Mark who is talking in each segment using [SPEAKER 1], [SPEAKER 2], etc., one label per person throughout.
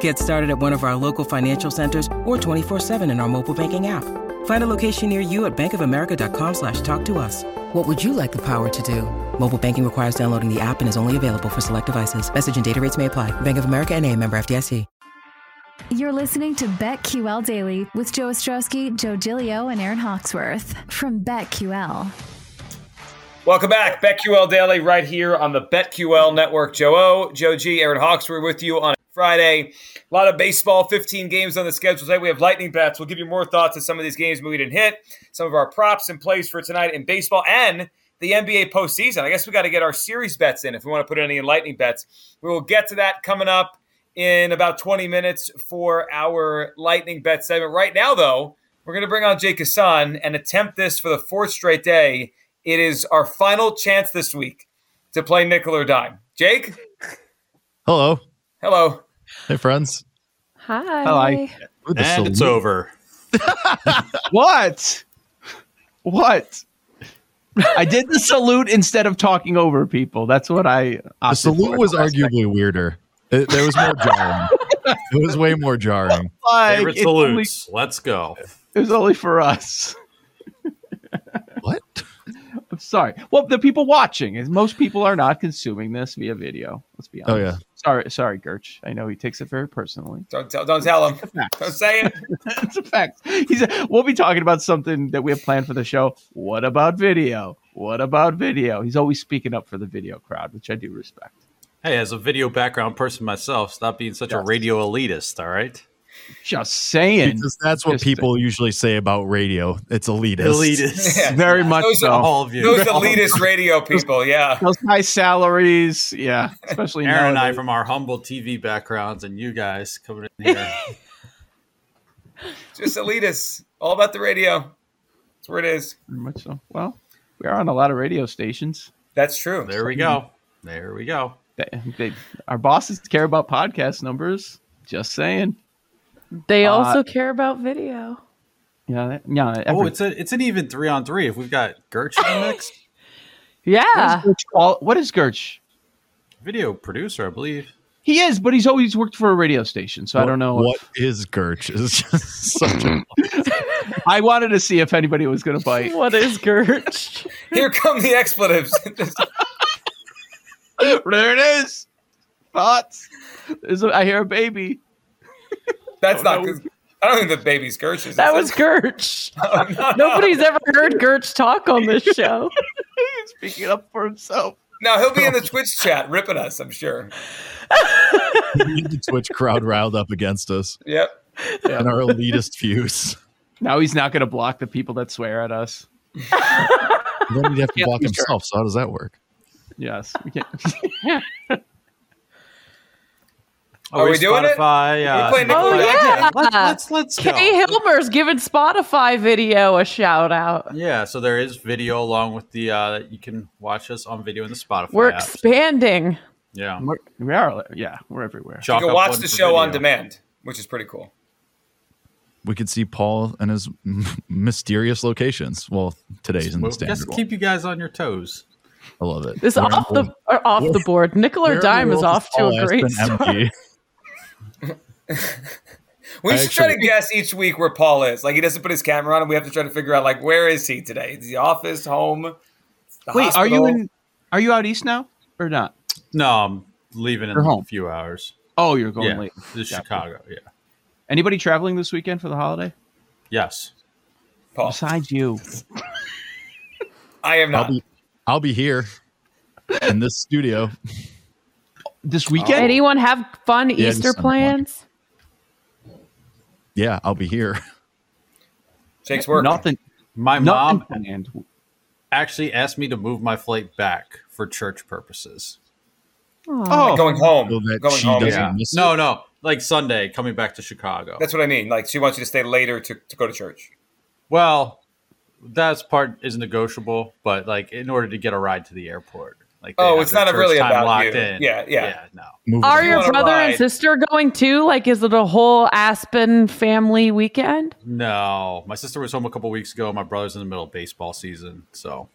[SPEAKER 1] Get started at one of our local financial centers or 24-7 in our mobile banking app. Find a location near you at bankofamerica.com slash talk to us. What would you like the power to do? Mobile banking requires downloading the app and is only available for select devices. Message and data rates may apply. Bank of America and a member FDIC.
[SPEAKER 2] You're listening to BetQL Daily with Joe Ostrowski, Joe Gilio, and Aaron Hawksworth from BetQL.
[SPEAKER 3] Welcome back, BetQL Daily, right here on the BetQL Network. Joe O, Joe G, Aaron Hawks. We're with you on Friday. A lot of baseball, 15 games on the schedule today. We have lightning bets. We'll give you more thoughts on some of these games we didn't hit, some of our props and plays for tonight in baseball, and the NBA postseason. I guess we got to get our series bets in if we want to put any in lightning bets. We will get to that coming up in about 20 minutes for our lightning bet segment. Right now, though, we're going to bring on Jake Hassan and attempt this for the fourth straight day. It is our final chance this week to play nickel or dime. Jake?
[SPEAKER 4] Hello.
[SPEAKER 3] Hello.
[SPEAKER 4] Hey, friends.
[SPEAKER 5] Hi.
[SPEAKER 4] Ooh, the
[SPEAKER 6] And it's
[SPEAKER 4] salute.
[SPEAKER 6] over.
[SPEAKER 7] What? What? I did the salute instead of talking over people. That's what I.
[SPEAKER 4] The
[SPEAKER 7] opted for
[SPEAKER 4] salute was
[SPEAKER 7] last night.
[SPEAKER 4] arguably weirder. It, there was more jarring. it was way more jarring.
[SPEAKER 7] Like,
[SPEAKER 6] Favorite
[SPEAKER 7] it's only,
[SPEAKER 6] salutes. Let's go.
[SPEAKER 7] it was only for us.
[SPEAKER 4] What?
[SPEAKER 7] I'm sorry. Well, the people watching is most people are not consuming this via video. Let's be honest.
[SPEAKER 4] Oh, yeah.
[SPEAKER 7] Sorry, sorry, Gerch. I know he takes it very personally.
[SPEAKER 3] Don't tell, don't tell him. Don't say it.
[SPEAKER 7] That's a fact. He's. We'll be talking about something that we have planned for the show. What about video? What about video? He's always speaking up for the video crowd, which I do respect.
[SPEAKER 6] Hey, as a video background person myself, stop being such a radio elitist, all right?
[SPEAKER 7] Just saying.
[SPEAKER 4] Because that's what
[SPEAKER 7] Just-
[SPEAKER 4] people usually say about radio. It's elitist.
[SPEAKER 3] Yeah.
[SPEAKER 7] Very much
[SPEAKER 3] Those
[SPEAKER 7] so.
[SPEAKER 3] are
[SPEAKER 6] All of you.
[SPEAKER 3] Those elitist radio people, yeah.
[SPEAKER 7] those high salaries. Yeah, especially
[SPEAKER 6] Aaron and I
[SPEAKER 7] nowadays.
[SPEAKER 6] from our humble TV backgrounds and you guys coming in here.
[SPEAKER 3] Just elitists. All about the radio. That's where it is.
[SPEAKER 7] Very much so. Well, we are on a lot of radio stations.
[SPEAKER 3] That's true.
[SPEAKER 6] there we go. There we go.
[SPEAKER 7] They, they, our bosses care about podcast numbers. Just saying.
[SPEAKER 5] They also care about video.
[SPEAKER 7] Yeah, that- yeah.
[SPEAKER 6] Oh,
[SPEAKER 7] every-
[SPEAKER 6] it's a it's an even three on three if we've got Gertch in the mix.
[SPEAKER 7] what
[SPEAKER 5] Yeah.
[SPEAKER 7] is Gertch qual- what is Gertch?
[SPEAKER 6] Video producer, I believe.
[SPEAKER 7] He is, but he's always worked for a radio station, so I don't know.
[SPEAKER 4] What
[SPEAKER 7] If,
[SPEAKER 4] is Gerch? Is just such a.
[SPEAKER 7] I wanted to see if anybody was going to bite.
[SPEAKER 5] What is Gertch?
[SPEAKER 3] Here come the expletives.
[SPEAKER 7] there it is. Thoughts? There's a, I hear a baby.
[SPEAKER 3] That's not good. I don't think the baby's Gertz is.
[SPEAKER 5] That was Gertch. Nobody's ever heard Gertch talk on this show.
[SPEAKER 7] He's speaking up for himself.
[SPEAKER 3] Now he'll be in the Twitch chat ripping us, I'm sure.
[SPEAKER 4] the Twitch crowd riled up against us
[SPEAKER 3] Yep.
[SPEAKER 4] and our elitist views.
[SPEAKER 7] Now he's not going to block the people that swear at us.
[SPEAKER 4] Then he'd have to
[SPEAKER 7] Yeah,
[SPEAKER 4] block
[SPEAKER 7] sure.
[SPEAKER 4] himself. So how does that work?
[SPEAKER 7] Yes, we can't.
[SPEAKER 3] Are we doing it?
[SPEAKER 6] Spotify,
[SPEAKER 3] Are we
[SPEAKER 6] Uh,
[SPEAKER 3] playing Nickel
[SPEAKER 5] Oh,
[SPEAKER 3] or Dime?
[SPEAKER 5] yeah.
[SPEAKER 6] Let's let's let's go.
[SPEAKER 5] Kay Hilmer's giving Spotify video a shout out.
[SPEAKER 6] Yeah, so there is video along with the uh you can watch us on video in the Spotify.
[SPEAKER 5] We're
[SPEAKER 6] app.
[SPEAKER 5] expanding.
[SPEAKER 6] Yeah.
[SPEAKER 7] We're, we are, yeah, we're everywhere.
[SPEAKER 3] You
[SPEAKER 6] Chalk
[SPEAKER 3] can
[SPEAKER 6] up
[SPEAKER 3] watch
[SPEAKER 6] one
[SPEAKER 3] the
[SPEAKER 6] for
[SPEAKER 3] show on
[SPEAKER 6] video.
[SPEAKER 3] demand, which is pretty cool.
[SPEAKER 4] We could see Paul and his m- mysterious locations. Well, today's in the
[SPEAKER 6] Well, just
[SPEAKER 4] standard. one.
[SPEAKER 6] keep you guys on your toes.
[SPEAKER 4] I love it.
[SPEAKER 5] This
[SPEAKER 4] We're in-
[SPEAKER 5] off the or off the board. Nickel
[SPEAKER 4] where
[SPEAKER 5] or
[SPEAKER 4] in the
[SPEAKER 5] dime is
[SPEAKER 4] world
[SPEAKER 5] off to
[SPEAKER 4] Paul
[SPEAKER 5] a great
[SPEAKER 4] Aspen
[SPEAKER 5] start.
[SPEAKER 4] empty?
[SPEAKER 3] We
[SPEAKER 4] I
[SPEAKER 3] should try to
[SPEAKER 4] actually-
[SPEAKER 3] guess each week where Paul is. Like he doesn't put his camera on, and we have to try to figure out like where is he today? Is he office, home? the
[SPEAKER 7] Wait, are you
[SPEAKER 3] hospital?
[SPEAKER 7] in? Are you out east now or not?
[SPEAKER 6] No, I'm leaving in
[SPEAKER 7] You're home.
[SPEAKER 6] a few hours.
[SPEAKER 7] Oh, you're going
[SPEAKER 6] Yeah,
[SPEAKER 7] late.
[SPEAKER 6] to Chicago. Yeah.
[SPEAKER 7] Anybody traveling this weekend for the holiday
[SPEAKER 6] Yes.
[SPEAKER 3] Paul?
[SPEAKER 7] besides you?
[SPEAKER 3] I am
[SPEAKER 4] I'll
[SPEAKER 3] not.
[SPEAKER 4] be I'll be here in this studio.
[SPEAKER 7] this weekend.
[SPEAKER 5] Anyone have fun
[SPEAKER 4] Yeah,
[SPEAKER 5] Easter
[SPEAKER 4] just some point.
[SPEAKER 5] plans?
[SPEAKER 4] Yeah, I'll be here.
[SPEAKER 3] Jake's work.
[SPEAKER 7] Nothing.
[SPEAKER 6] My
[SPEAKER 7] Nothing
[SPEAKER 6] mom
[SPEAKER 7] planned.
[SPEAKER 6] actually asked me to move my flight back for church purposes.
[SPEAKER 7] Oh,
[SPEAKER 3] Going home.
[SPEAKER 4] So that
[SPEAKER 3] going
[SPEAKER 4] she
[SPEAKER 3] home.
[SPEAKER 4] doesn't
[SPEAKER 3] Yeah.
[SPEAKER 4] miss
[SPEAKER 6] No,
[SPEAKER 4] it.
[SPEAKER 6] no, like Sunday coming back to Chicago.
[SPEAKER 3] That's what I mean. Like she wants you to stay later to, to go to church.
[SPEAKER 6] well, that's part is negotiable, but like in order to get a ride to the airport, like they
[SPEAKER 3] Oh,
[SPEAKER 6] have
[SPEAKER 3] it's
[SPEAKER 6] their
[SPEAKER 3] not
[SPEAKER 6] church
[SPEAKER 3] really
[SPEAKER 6] time
[SPEAKER 3] about
[SPEAKER 6] locked
[SPEAKER 3] you.
[SPEAKER 6] in.
[SPEAKER 3] Yeah, yeah.
[SPEAKER 6] no.
[SPEAKER 4] Move it
[SPEAKER 5] Are
[SPEAKER 4] around.
[SPEAKER 5] your
[SPEAKER 3] wanna
[SPEAKER 5] brother
[SPEAKER 3] ride.
[SPEAKER 5] and sister going too? Like, is it a whole Aspen family weekend?
[SPEAKER 6] No, my sister was home a couple weeks ago. My brother's in the middle of baseball season, so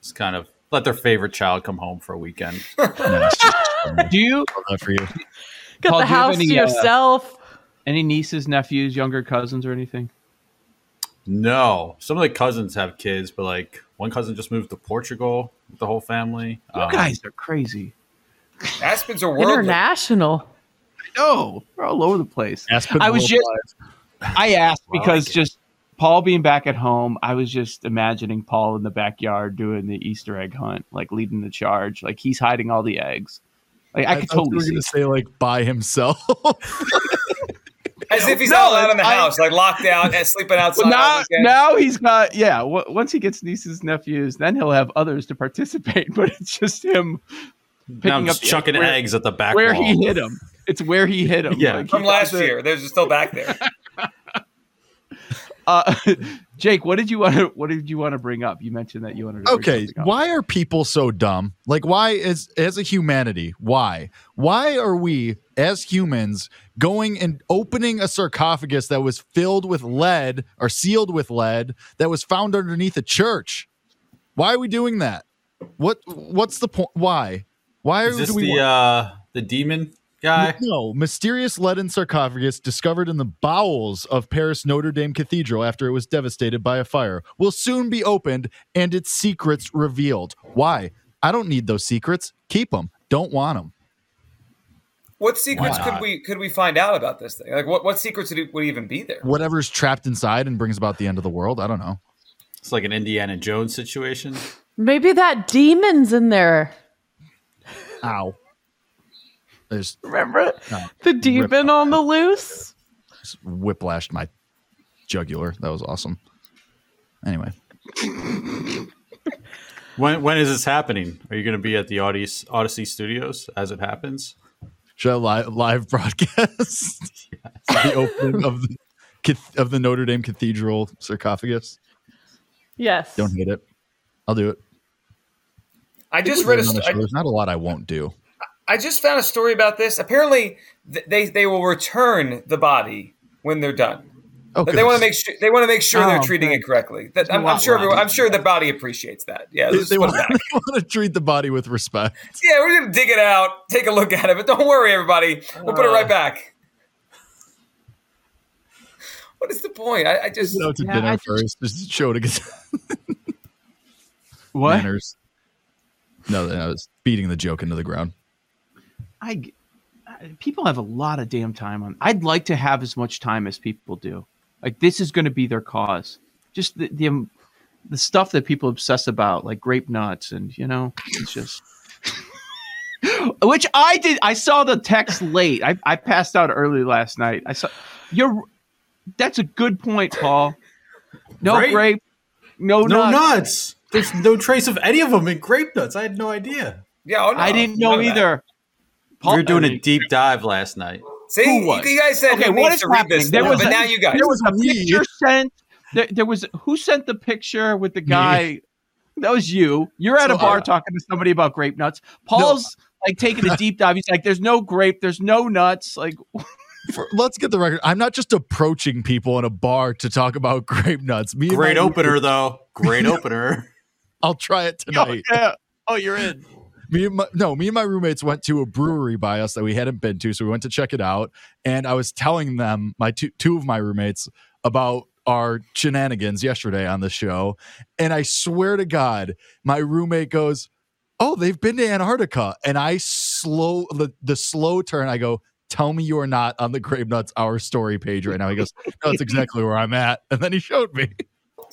[SPEAKER 6] it's kind of let their favorite child come home for a weekend.
[SPEAKER 4] No, it's just
[SPEAKER 7] do you
[SPEAKER 4] not for you.
[SPEAKER 5] Got
[SPEAKER 7] Paul, do you have
[SPEAKER 5] the house to
[SPEAKER 7] any, uh,
[SPEAKER 5] yourself.
[SPEAKER 7] any nieces, nephews, younger cousins, or anything?
[SPEAKER 6] no, some of the cousins have kids, but like one cousin just moved to Portugal with the whole family.
[SPEAKER 7] You
[SPEAKER 6] Um,
[SPEAKER 7] guys are crazy.
[SPEAKER 3] Aspen's a world.
[SPEAKER 5] International.
[SPEAKER 7] No, we're all over the place.
[SPEAKER 4] Aspen
[SPEAKER 7] I was
[SPEAKER 4] will-
[SPEAKER 7] just, I asked
[SPEAKER 6] Well, I
[SPEAKER 7] because
[SPEAKER 6] like it.
[SPEAKER 7] just Paul being back at home, I was just imagining Paul in the backyard doing the Easter egg hunt, like leading the charge, like he's hiding all the eggs. Like I, could
[SPEAKER 4] thought you
[SPEAKER 7] totally
[SPEAKER 4] were
[SPEAKER 7] see.
[SPEAKER 4] gonna say like by himself.
[SPEAKER 3] As if he's
[SPEAKER 7] No,
[SPEAKER 3] not allowed in the
[SPEAKER 7] I-
[SPEAKER 3] house, like locked out and sleeping outside.
[SPEAKER 7] Well,
[SPEAKER 3] all
[SPEAKER 7] now,
[SPEAKER 3] weekend.
[SPEAKER 7] now he's got yeah. W- once he gets nieces, nephews, then he'll have others to participate. But it's just him
[SPEAKER 6] now I'm
[SPEAKER 7] picking up
[SPEAKER 6] just chucking
[SPEAKER 7] where-
[SPEAKER 6] eggs at the back
[SPEAKER 7] where
[SPEAKER 6] wall.
[SPEAKER 7] he hit him. It's where he hit him.
[SPEAKER 6] Yeah.
[SPEAKER 7] Like,
[SPEAKER 3] from
[SPEAKER 7] he
[SPEAKER 3] last
[SPEAKER 7] doesn't-
[SPEAKER 3] year, they're still back there.
[SPEAKER 7] Uh, Jake, what did you want to? What did you want to bring up? You mentioned that you wanted. To bring
[SPEAKER 4] okay
[SPEAKER 7] something up.
[SPEAKER 4] why are people so dumb like why is as a humanity why why are we as humans going and opening a sarcophagus that was filled with lead or sealed with lead that was found underneath a church why are we doing that what what's the point why why are
[SPEAKER 6] Is this
[SPEAKER 4] do we
[SPEAKER 6] the
[SPEAKER 4] want-
[SPEAKER 6] uh, the demon guy?
[SPEAKER 4] no, mysterious leaden sarcophagus discovered in the bowels of Paris Notre Dame Cathedral after it was devastated by a fire will soon be opened and its secrets revealed. Why? I don't need those secrets. Keep them. Don't want them.
[SPEAKER 3] What secrets
[SPEAKER 6] Why
[SPEAKER 3] could
[SPEAKER 6] not?
[SPEAKER 3] we could we find out about this thing? Like what, what secrets would, would even be there?
[SPEAKER 4] Whatever's trapped inside and brings about the end of the world. I don't know.
[SPEAKER 6] It's like an Indiana Jones situation.
[SPEAKER 5] Maybe that demon's in there.
[SPEAKER 4] Ow. There's
[SPEAKER 5] Remember
[SPEAKER 4] No.
[SPEAKER 5] the demon on the loose?
[SPEAKER 4] just whiplashed my jugular. That was awesome. Anyway,
[SPEAKER 6] When when is this happening? Are you going to be at the Odyssey, Odyssey Studios as it happens?
[SPEAKER 4] should I live, live broadcast the opening of the cath- of the Notre Dame Cathedral sarcophagus?
[SPEAKER 5] Yes.
[SPEAKER 4] Don't hate it. I'll do it.
[SPEAKER 3] I just read a
[SPEAKER 4] Another
[SPEAKER 3] st-
[SPEAKER 4] show.
[SPEAKER 3] I-
[SPEAKER 4] There's not a lot I won't do.
[SPEAKER 3] I just found a story about this. Apparently, th- they they will return the body when they're done.
[SPEAKER 4] Oh,
[SPEAKER 3] But they want to make sure they want to make sure they're
[SPEAKER 7] Oh,
[SPEAKER 3] treating it correctly. That, I'm, I'm
[SPEAKER 7] lot
[SPEAKER 3] sure
[SPEAKER 7] lying.
[SPEAKER 3] everyone, I'm sure the body appreciates that. Yeah,
[SPEAKER 4] They,
[SPEAKER 3] let's
[SPEAKER 4] they
[SPEAKER 3] put it back.
[SPEAKER 4] want, they want to treat the body with respect.
[SPEAKER 3] yeah, we're gonna dig it out, take a look at it. But don't worry, everybody, we'll put it
[SPEAKER 7] Oh.
[SPEAKER 3] right back. What is the point? I, I just
[SPEAKER 4] You know, to
[SPEAKER 5] Yeah,
[SPEAKER 4] dinner
[SPEAKER 5] I
[SPEAKER 4] first. Just show it against
[SPEAKER 7] What?
[SPEAKER 4] manners. No, no, it's beating the joke into the ground.
[SPEAKER 7] I g- I- people have a lot of damn time on. I'd like to have as much time as people do. Like this is going to be their cause. Just the the, um, the stuff that people obsess about, like grape nuts, and you know, it's just. Which I did. I saw the text late. I, I passed out early last night. I saw you're. That's a good point, Paul. No
[SPEAKER 6] Right.
[SPEAKER 7] grape. No,
[SPEAKER 6] No
[SPEAKER 7] nuts.
[SPEAKER 6] nuts. There's no trace of any of them in grape nuts. I had no idea.
[SPEAKER 3] yeah. oh, no,
[SPEAKER 7] I didn't
[SPEAKER 3] none
[SPEAKER 7] know
[SPEAKER 3] of that.
[SPEAKER 7] either.
[SPEAKER 6] We were doing
[SPEAKER 7] I
[SPEAKER 6] a
[SPEAKER 7] mean-
[SPEAKER 6] deep dive last night.
[SPEAKER 3] See,
[SPEAKER 7] Who was?
[SPEAKER 3] you guys said
[SPEAKER 7] Okay,
[SPEAKER 3] who
[SPEAKER 7] what
[SPEAKER 3] needs
[SPEAKER 7] is
[SPEAKER 3] to read
[SPEAKER 7] happening?
[SPEAKER 3] this,
[SPEAKER 7] There
[SPEAKER 3] stuff,
[SPEAKER 7] was
[SPEAKER 3] but
[SPEAKER 7] a-
[SPEAKER 3] now you guys.
[SPEAKER 7] there was a
[SPEAKER 4] Me.
[SPEAKER 7] picture sent. There, there was who sent the picture with the guy? That was you. You're at
[SPEAKER 4] So,
[SPEAKER 7] a bar
[SPEAKER 4] uh,
[SPEAKER 7] talking to somebody about grape nuts. Paul's like taking a deep dive. He's like, "There's no grape. There's no nuts." Like,
[SPEAKER 4] For, let's get the record. I'm not just approaching people in a bar to talk about grape nuts. Me and
[SPEAKER 6] Great
[SPEAKER 4] my-
[SPEAKER 6] opener though. Great opener.
[SPEAKER 4] I'll try it
[SPEAKER 7] oh,
[SPEAKER 4] tonight.
[SPEAKER 7] yeah. oh, you're in.
[SPEAKER 4] me and my, no, me and my roommates went to a brewery by us that we hadn't been to, so we went to check it out. And I was telling them my two two of my roommates about our shenanigans yesterday on the show, and I swear to God, my roommate goes, "Oh, they've been to Antarctica," and I slow the the slow turn. I go. Tell me you are not on the Grave Nuts Our Story page right now. He goes, No, that's exactly where I'm at. And then he showed me.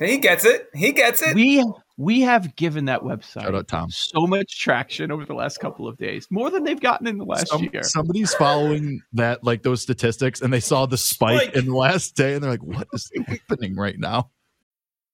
[SPEAKER 3] He gets it. He gets it.
[SPEAKER 7] We we have given that website
[SPEAKER 4] Shout out, Tom.
[SPEAKER 7] so much traction over the last couple of days, more than they've gotten in the last
[SPEAKER 4] Some-
[SPEAKER 7] year.
[SPEAKER 4] somebody's following that, like those statistics, and they saw the spike,
[SPEAKER 3] Spike.
[SPEAKER 4] in the last day, and they're like, "What is happening right now?"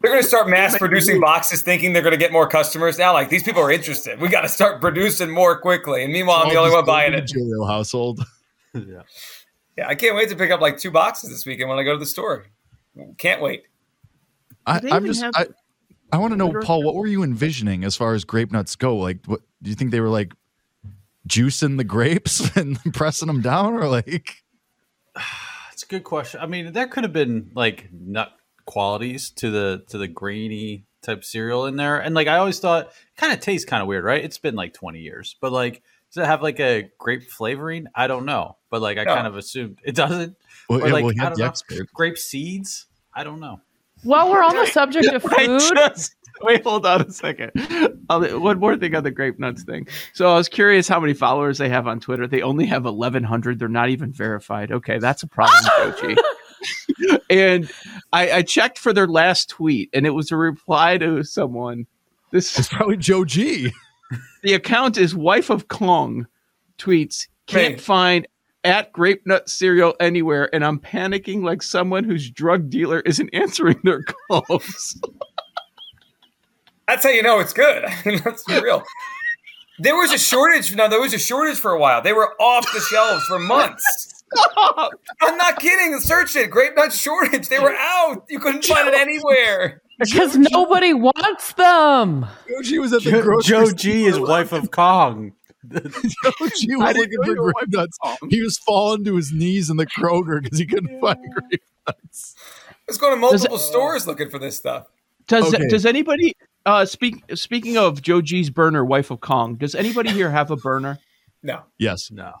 [SPEAKER 3] They're going to start mass producing boxes, thinking they're going to get more customers. Now, like these people are interested. We got to start producing more quickly. And meanwhile, I'm the
[SPEAKER 4] All
[SPEAKER 3] only one
[SPEAKER 4] just
[SPEAKER 3] buying
[SPEAKER 4] in
[SPEAKER 3] it.
[SPEAKER 4] the Julio household.
[SPEAKER 6] yeah.
[SPEAKER 3] Yeah, I can't wait to pick up like two boxes this weekend when I go to the store. Can't wait.
[SPEAKER 4] I,
[SPEAKER 7] they
[SPEAKER 4] I'm
[SPEAKER 7] even
[SPEAKER 4] just,
[SPEAKER 7] have-
[SPEAKER 4] I, I want to know, Paul, what were you envisioning as far as grape nuts go? Like, what do you think they were like juicing the grapes and pressing them down, or like?
[SPEAKER 6] That's a good question. I mean, there could have been like nut qualities to the to the grainy type cereal in there, and like I always thought, it kind of tastes kind of weird, right? It's been like twenty years, but like does it have like a grape flavoring? I don't know, but like I
[SPEAKER 3] No.
[SPEAKER 6] kind of assumed it doesn't.
[SPEAKER 4] Well,
[SPEAKER 6] Or,
[SPEAKER 4] yeah,
[SPEAKER 6] like,
[SPEAKER 4] well, you
[SPEAKER 6] I
[SPEAKER 4] have
[SPEAKER 6] don't
[SPEAKER 4] the
[SPEAKER 6] know.
[SPEAKER 4] expert.
[SPEAKER 6] Grape seeds? I don't know.
[SPEAKER 5] While we're on the subject of
[SPEAKER 7] I
[SPEAKER 5] food,
[SPEAKER 7] just- wait, hold on a second. I'll- one more thing on the grape nuts thing. So I was curious how many followers they have on Twitter. They only have 1,100. They're not even verified. Okay, that's a problem, Koji. and I, I checked for their last tweet, and it was a reply to someone. This
[SPEAKER 4] It's probably Joe G.
[SPEAKER 7] the account is wife of Kong tweets can't
[SPEAKER 3] Hey.
[SPEAKER 7] find at grape nut cereal anywhere and I'm panicking like someone whose drug dealer isn't answering their calls.
[SPEAKER 3] That's how you know it's good. I mean, Let's be real. There was a shortage. No, there was a shortage for a while. They were off the shelves for months. I'm not kidding. Search it. Grape nut shortage. They were out. You couldn't find it anywhere.
[SPEAKER 5] because nobody wants them.
[SPEAKER 4] Joe G was at the grocery
[SPEAKER 6] Joe
[SPEAKER 4] store.
[SPEAKER 6] G is wife of Kong.
[SPEAKER 4] Joe G
[SPEAKER 7] I
[SPEAKER 4] was looking
[SPEAKER 7] didn't
[SPEAKER 4] for
[SPEAKER 7] know you were
[SPEAKER 4] grape nuts. He was falling to his knees in the Kroger because he couldn't find grape nuts.
[SPEAKER 3] I was going to multiple stores looking for this stuff.
[SPEAKER 7] Does
[SPEAKER 4] Okay.
[SPEAKER 7] does anybody uh speak speaking of Joe G's burner, wife of Kong, does anybody here have a burner?
[SPEAKER 3] No.
[SPEAKER 4] Yes.
[SPEAKER 6] No,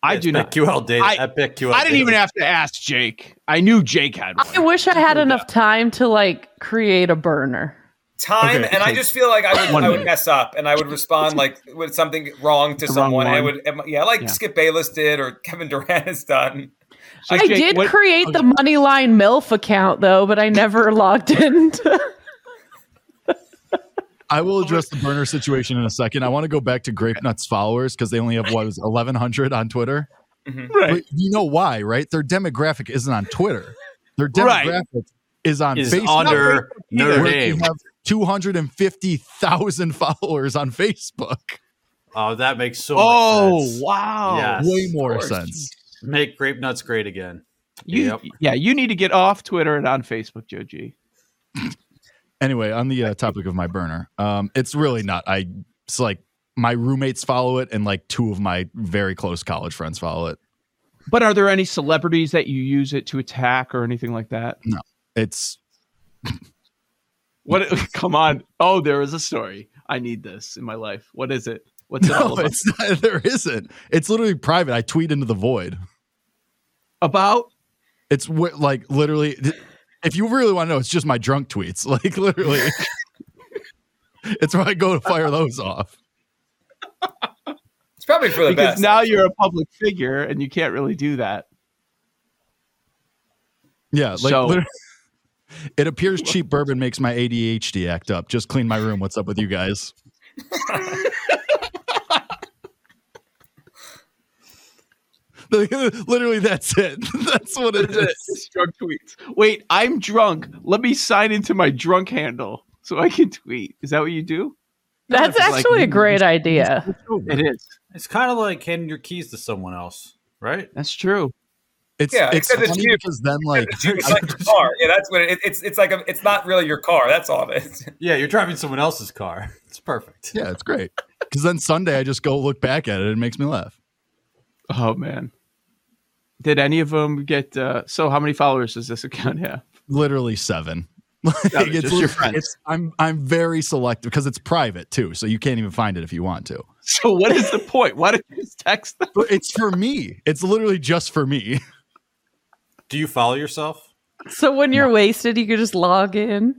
[SPEAKER 7] I do not.
[SPEAKER 6] QL data.
[SPEAKER 7] I-
[SPEAKER 6] I, pick QL.
[SPEAKER 7] I didn't
[SPEAKER 6] data.
[SPEAKER 7] even have to ask Jake. I knew Jake had one.
[SPEAKER 5] I wish I had enough time to like create a burner.
[SPEAKER 3] Time
[SPEAKER 4] Okay,
[SPEAKER 3] and I
[SPEAKER 4] so-
[SPEAKER 3] just feel like I would
[SPEAKER 7] One
[SPEAKER 3] I would
[SPEAKER 7] minute.
[SPEAKER 3] mess up and I would respond like with something wrong to
[SPEAKER 7] The wrong
[SPEAKER 3] someone. I
[SPEAKER 7] one.
[SPEAKER 3] would yeah, like
[SPEAKER 7] Yeah.
[SPEAKER 3] Skip Bayless did or Kevin Durant has done.
[SPEAKER 7] So
[SPEAKER 5] I
[SPEAKER 7] Jake,
[SPEAKER 5] did
[SPEAKER 7] what-
[SPEAKER 5] create the Moneyline MILF account though, but I never logged in.
[SPEAKER 4] I will address the burner situation in a second. I want to go back to Grape Nuts followers because they only have what is eleven hundred on Twitter. But you know why, right? Their demographic isn't on Twitter. Their
[SPEAKER 7] Right.
[SPEAKER 4] demographic is on
[SPEAKER 6] is
[SPEAKER 4] Facebook.
[SPEAKER 6] under Notre
[SPEAKER 4] where they
[SPEAKER 6] Dame.
[SPEAKER 4] have two hundred and fifty thousand followers on Facebook.
[SPEAKER 6] Oh, that makes so. much
[SPEAKER 7] Oh
[SPEAKER 6] sense.
[SPEAKER 7] wow.
[SPEAKER 6] Yes.
[SPEAKER 4] Way more
[SPEAKER 7] course.
[SPEAKER 4] sense.
[SPEAKER 6] Make grape nuts great again.
[SPEAKER 7] You,
[SPEAKER 6] Yep.
[SPEAKER 7] Yeah, you need to get off Twitter and on Facebook, Joe G.
[SPEAKER 4] Anyway, on the uh, topic of my burner, um, it's really not. I it's like my roommates follow it, and like two of my very close college friends follow it.
[SPEAKER 7] But are there any celebrities that you use it to attack or anything like that?
[SPEAKER 4] It's
[SPEAKER 7] What? Come on! Oh, there is a story. I need this in my life. What is it? What's it all
[SPEAKER 4] no,
[SPEAKER 7] about?
[SPEAKER 4] it's not, there isn't. It's literally private. I tweet into the void.
[SPEAKER 7] about?
[SPEAKER 4] It's wh- like literally. th- If you really want to know, it's just my drunk tweets. Like literally, it's where I go to fire those off.
[SPEAKER 3] It's probably for the
[SPEAKER 7] Because
[SPEAKER 3] best.
[SPEAKER 7] now you're a public figure and you can't really do that.
[SPEAKER 4] Yeah, like
[SPEAKER 7] So-
[SPEAKER 4] literally- it appears cheap bourbon makes my ADHD act up. Just clean my room. What's up with you guys? literally, that's it. That's what it is.
[SPEAKER 7] Just drunk tweets. Wait, I'm drunk. Let me sign into my drunk handle so I can tweet. Is that what you do?
[SPEAKER 5] That's
[SPEAKER 4] Like,
[SPEAKER 5] actually a great idea.
[SPEAKER 7] It is.
[SPEAKER 6] It's kind of like handing your keys to someone else, right?
[SPEAKER 7] That's true.
[SPEAKER 4] It's
[SPEAKER 3] Yeah,
[SPEAKER 4] it's
[SPEAKER 3] except it's
[SPEAKER 4] funny
[SPEAKER 3] you.
[SPEAKER 4] because then like
[SPEAKER 3] it's like your car. Yeah, that's what it, it's. It's like a, it's not really your car. That's all it is.
[SPEAKER 6] Yeah, you're driving someone else's car. It's perfect.
[SPEAKER 4] yeah, it's great. Because then Sunday I just go look back at it and it makes me laugh.
[SPEAKER 7] Oh man. Did any of them get? Uh, so how many followers does this account have?
[SPEAKER 4] Literally seven. Like, it's,
[SPEAKER 8] just your friends.
[SPEAKER 4] it's- I'm I'm very selective because it's private too, so you can't even find it if you want to.
[SPEAKER 7] So what is the point? Why did you just text them?
[SPEAKER 4] But it's for me. It's literally just for me.
[SPEAKER 6] Do you follow yourself?
[SPEAKER 5] So when you're wasted, you can just log in,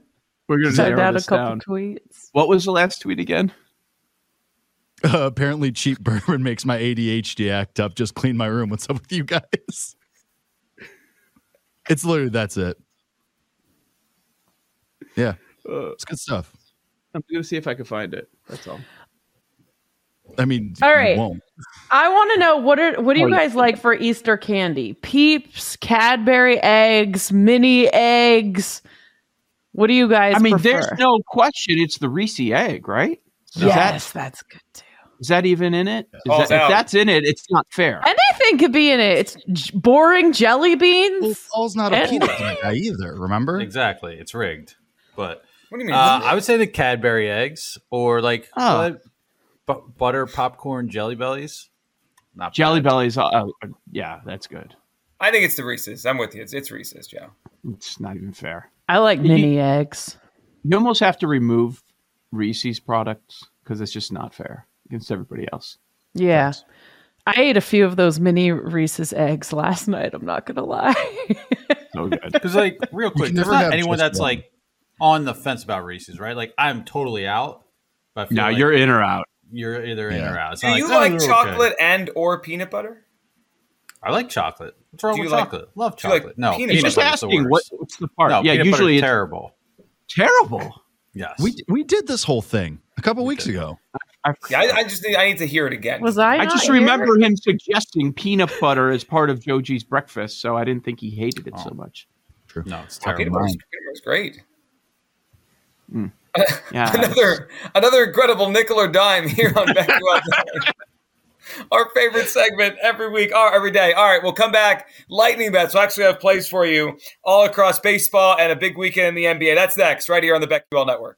[SPEAKER 7] We're gonna
[SPEAKER 5] send
[SPEAKER 7] narrow
[SPEAKER 5] out a
[SPEAKER 7] this
[SPEAKER 5] couple
[SPEAKER 7] down.
[SPEAKER 5] tweets.
[SPEAKER 7] What was the last tweet again?
[SPEAKER 4] Uh, apparently, cheap bourbon makes my ADHD act up. Just clean my room. What's up with you guys? It's literally that's it. Yeah,
[SPEAKER 8] Uh,
[SPEAKER 4] it's good stuff.
[SPEAKER 7] I'm gonna see if I can find it. That's all.
[SPEAKER 4] I mean,
[SPEAKER 5] All
[SPEAKER 4] you
[SPEAKER 5] right.
[SPEAKER 4] won't.
[SPEAKER 5] I want to know what are what do you guys like for Easter candy? Peeps, Cadbury eggs, mini eggs. What do you guys?
[SPEAKER 7] I mean,
[SPEAKER 5] prefer?
[SPEAKER 7] there's no question. It's the Reese egg, right? Is that
[SPEAKER 5] Yes, that's good too.
[SPEAKER 7] is that even in it? Is
[SPEAKER 3] Calls
[SPEAKER 7] that, if
[SPEAKER 3] out.
[SPEAKER 7] that's in it, it's not fair.
[SPEAKER 5] Anything could be in it. It's j- boring jelly
[SPEAKER 4] Well,
[SPEAKER 5] beans.
[SPEAKER 4] Paul's not a
[SPEAKER 5] And-
[SPEAKER 4] peanut butter guy either. Remember?
[SPEAKER 6] Exactly. It's rigged. But
[SPEAKER 3] What do you
[SPEAKER 6] uh,
[SPEAKER 3] mean?
[SPEAKER 6] I would say the Cadbury eggs or like
[SPEAKER 7] Oh.
[SPEAKER 6] uh, bu- butter popcorn jelly bellies. Not
[SPEAKER 7] Jelly
[SPEAKER 6] bad.
[SPEAKER 7] bellies. Uh, uh, yeah, that's good.
[SPEAKER 3] I think it's the Reese's. I'm with you. It's, it's Reese's, Joe.
[SPEAKER 7] It's not even fair.
[SPEAKER 5] I like mini eggs.
[SPEAKER 7] You almost have to remove Reese's products because it's just not fair against everybody else.
[SPEAKER 5] Yeah. I ate a few of those mini Reese's eggs last night. I'm not gonna lie.
[SPEAKER 7] So good.
[SPEAKER 6] Because like real quick,
[SPEAKER 4] can
[SPEAKER 6] there's
[SPEAKER 4] never
[SPEAKER 6] not
[SPEAKER 4] have
[SPEAKER 6] anyone
[SPEAKER 4] just
[SPEAKER 6] that's
[SPEAKER 4] one.
[SPEAKER 6] like on the fence about Reese's, right? Like I'm totally out. But I feel
[SPEAKER 7] now
[SPEAKER 6] like
[SPEAKER 7] you're in or out.
[SPEAKER 6] you're either in
[SPEAKER 4] Yeah.
[SPEAKER 6] or out. It's
[SPEAKER 3] Do
[SPEAKER 6] not
[SPEAKER 3] you
[SPEAKER 6] oh,
[SPEAKER 3] like
[SPEAKER 6] you're okay.
[SPEAKER 3] chocolate and or peanut butter?
[SPEAKER 6] I like chocolate. What's wrong
[SPEAKER 3] Do you
[SPEAKER 6] with
[SPEAKER 3] like-
[SPEAKER 6] chocolate? Love
[SPEAKER 3] do you like
[SPEAKER 6] chocolate. no,
[SPEAKER 3] peanut
[SPEAKER 7] You're
[SPEAKER 3] Peanut
[SPEAKER 7] just
[SPEAKER 3] butter.
[SPEAKER 6] butter's the
[SPEAKER 7] asking what,
[SPEAKER 6] worst.
[SPEAKER 7] what's the part.
[SPEAKER 6] No,
[SPEAKER 7] yeah,
[SPEAKER 6] peanut butter's
[SPEAKER 7] usually it's
[SPEAKER 6] terrible.
[SPEAKER 7] terrible.
[SPEAKER 6] Yes.
[SPEAKER 4] We we did this whole thing a couple weeks ago.
[SPEAKER 7] I,
[SPEAKER 3] Yeah, I, I just need, I need to hear it again.
[SPEAKER 5] Was I?
[SPEAKER 7] I
[SPEAKER 5] not
[SPEAKER 7] just
[SPEAKER 5] here?
[SPEAKER 7] remember him suggesting peanut butter as part of Joji's breakfast, so I didn't think he hated it so much.
[SPEAKER 6] no, it's
[SPEAKER 3] Peanut
[SPEAKER 6] terrible.
[SPEAKER 3] butter's, peanut butter's great.
[SPEAKER 7] Yeah,
[SPEAKER 3] Another another incredible nickel or dime here on Back to Us. Our favorite segment every week, or every day. All right, we'll come back. Lightning bets. We'll actually have plays for you all across baseball and a big weekend in the NBA. That's next, right here on the BetQL Network.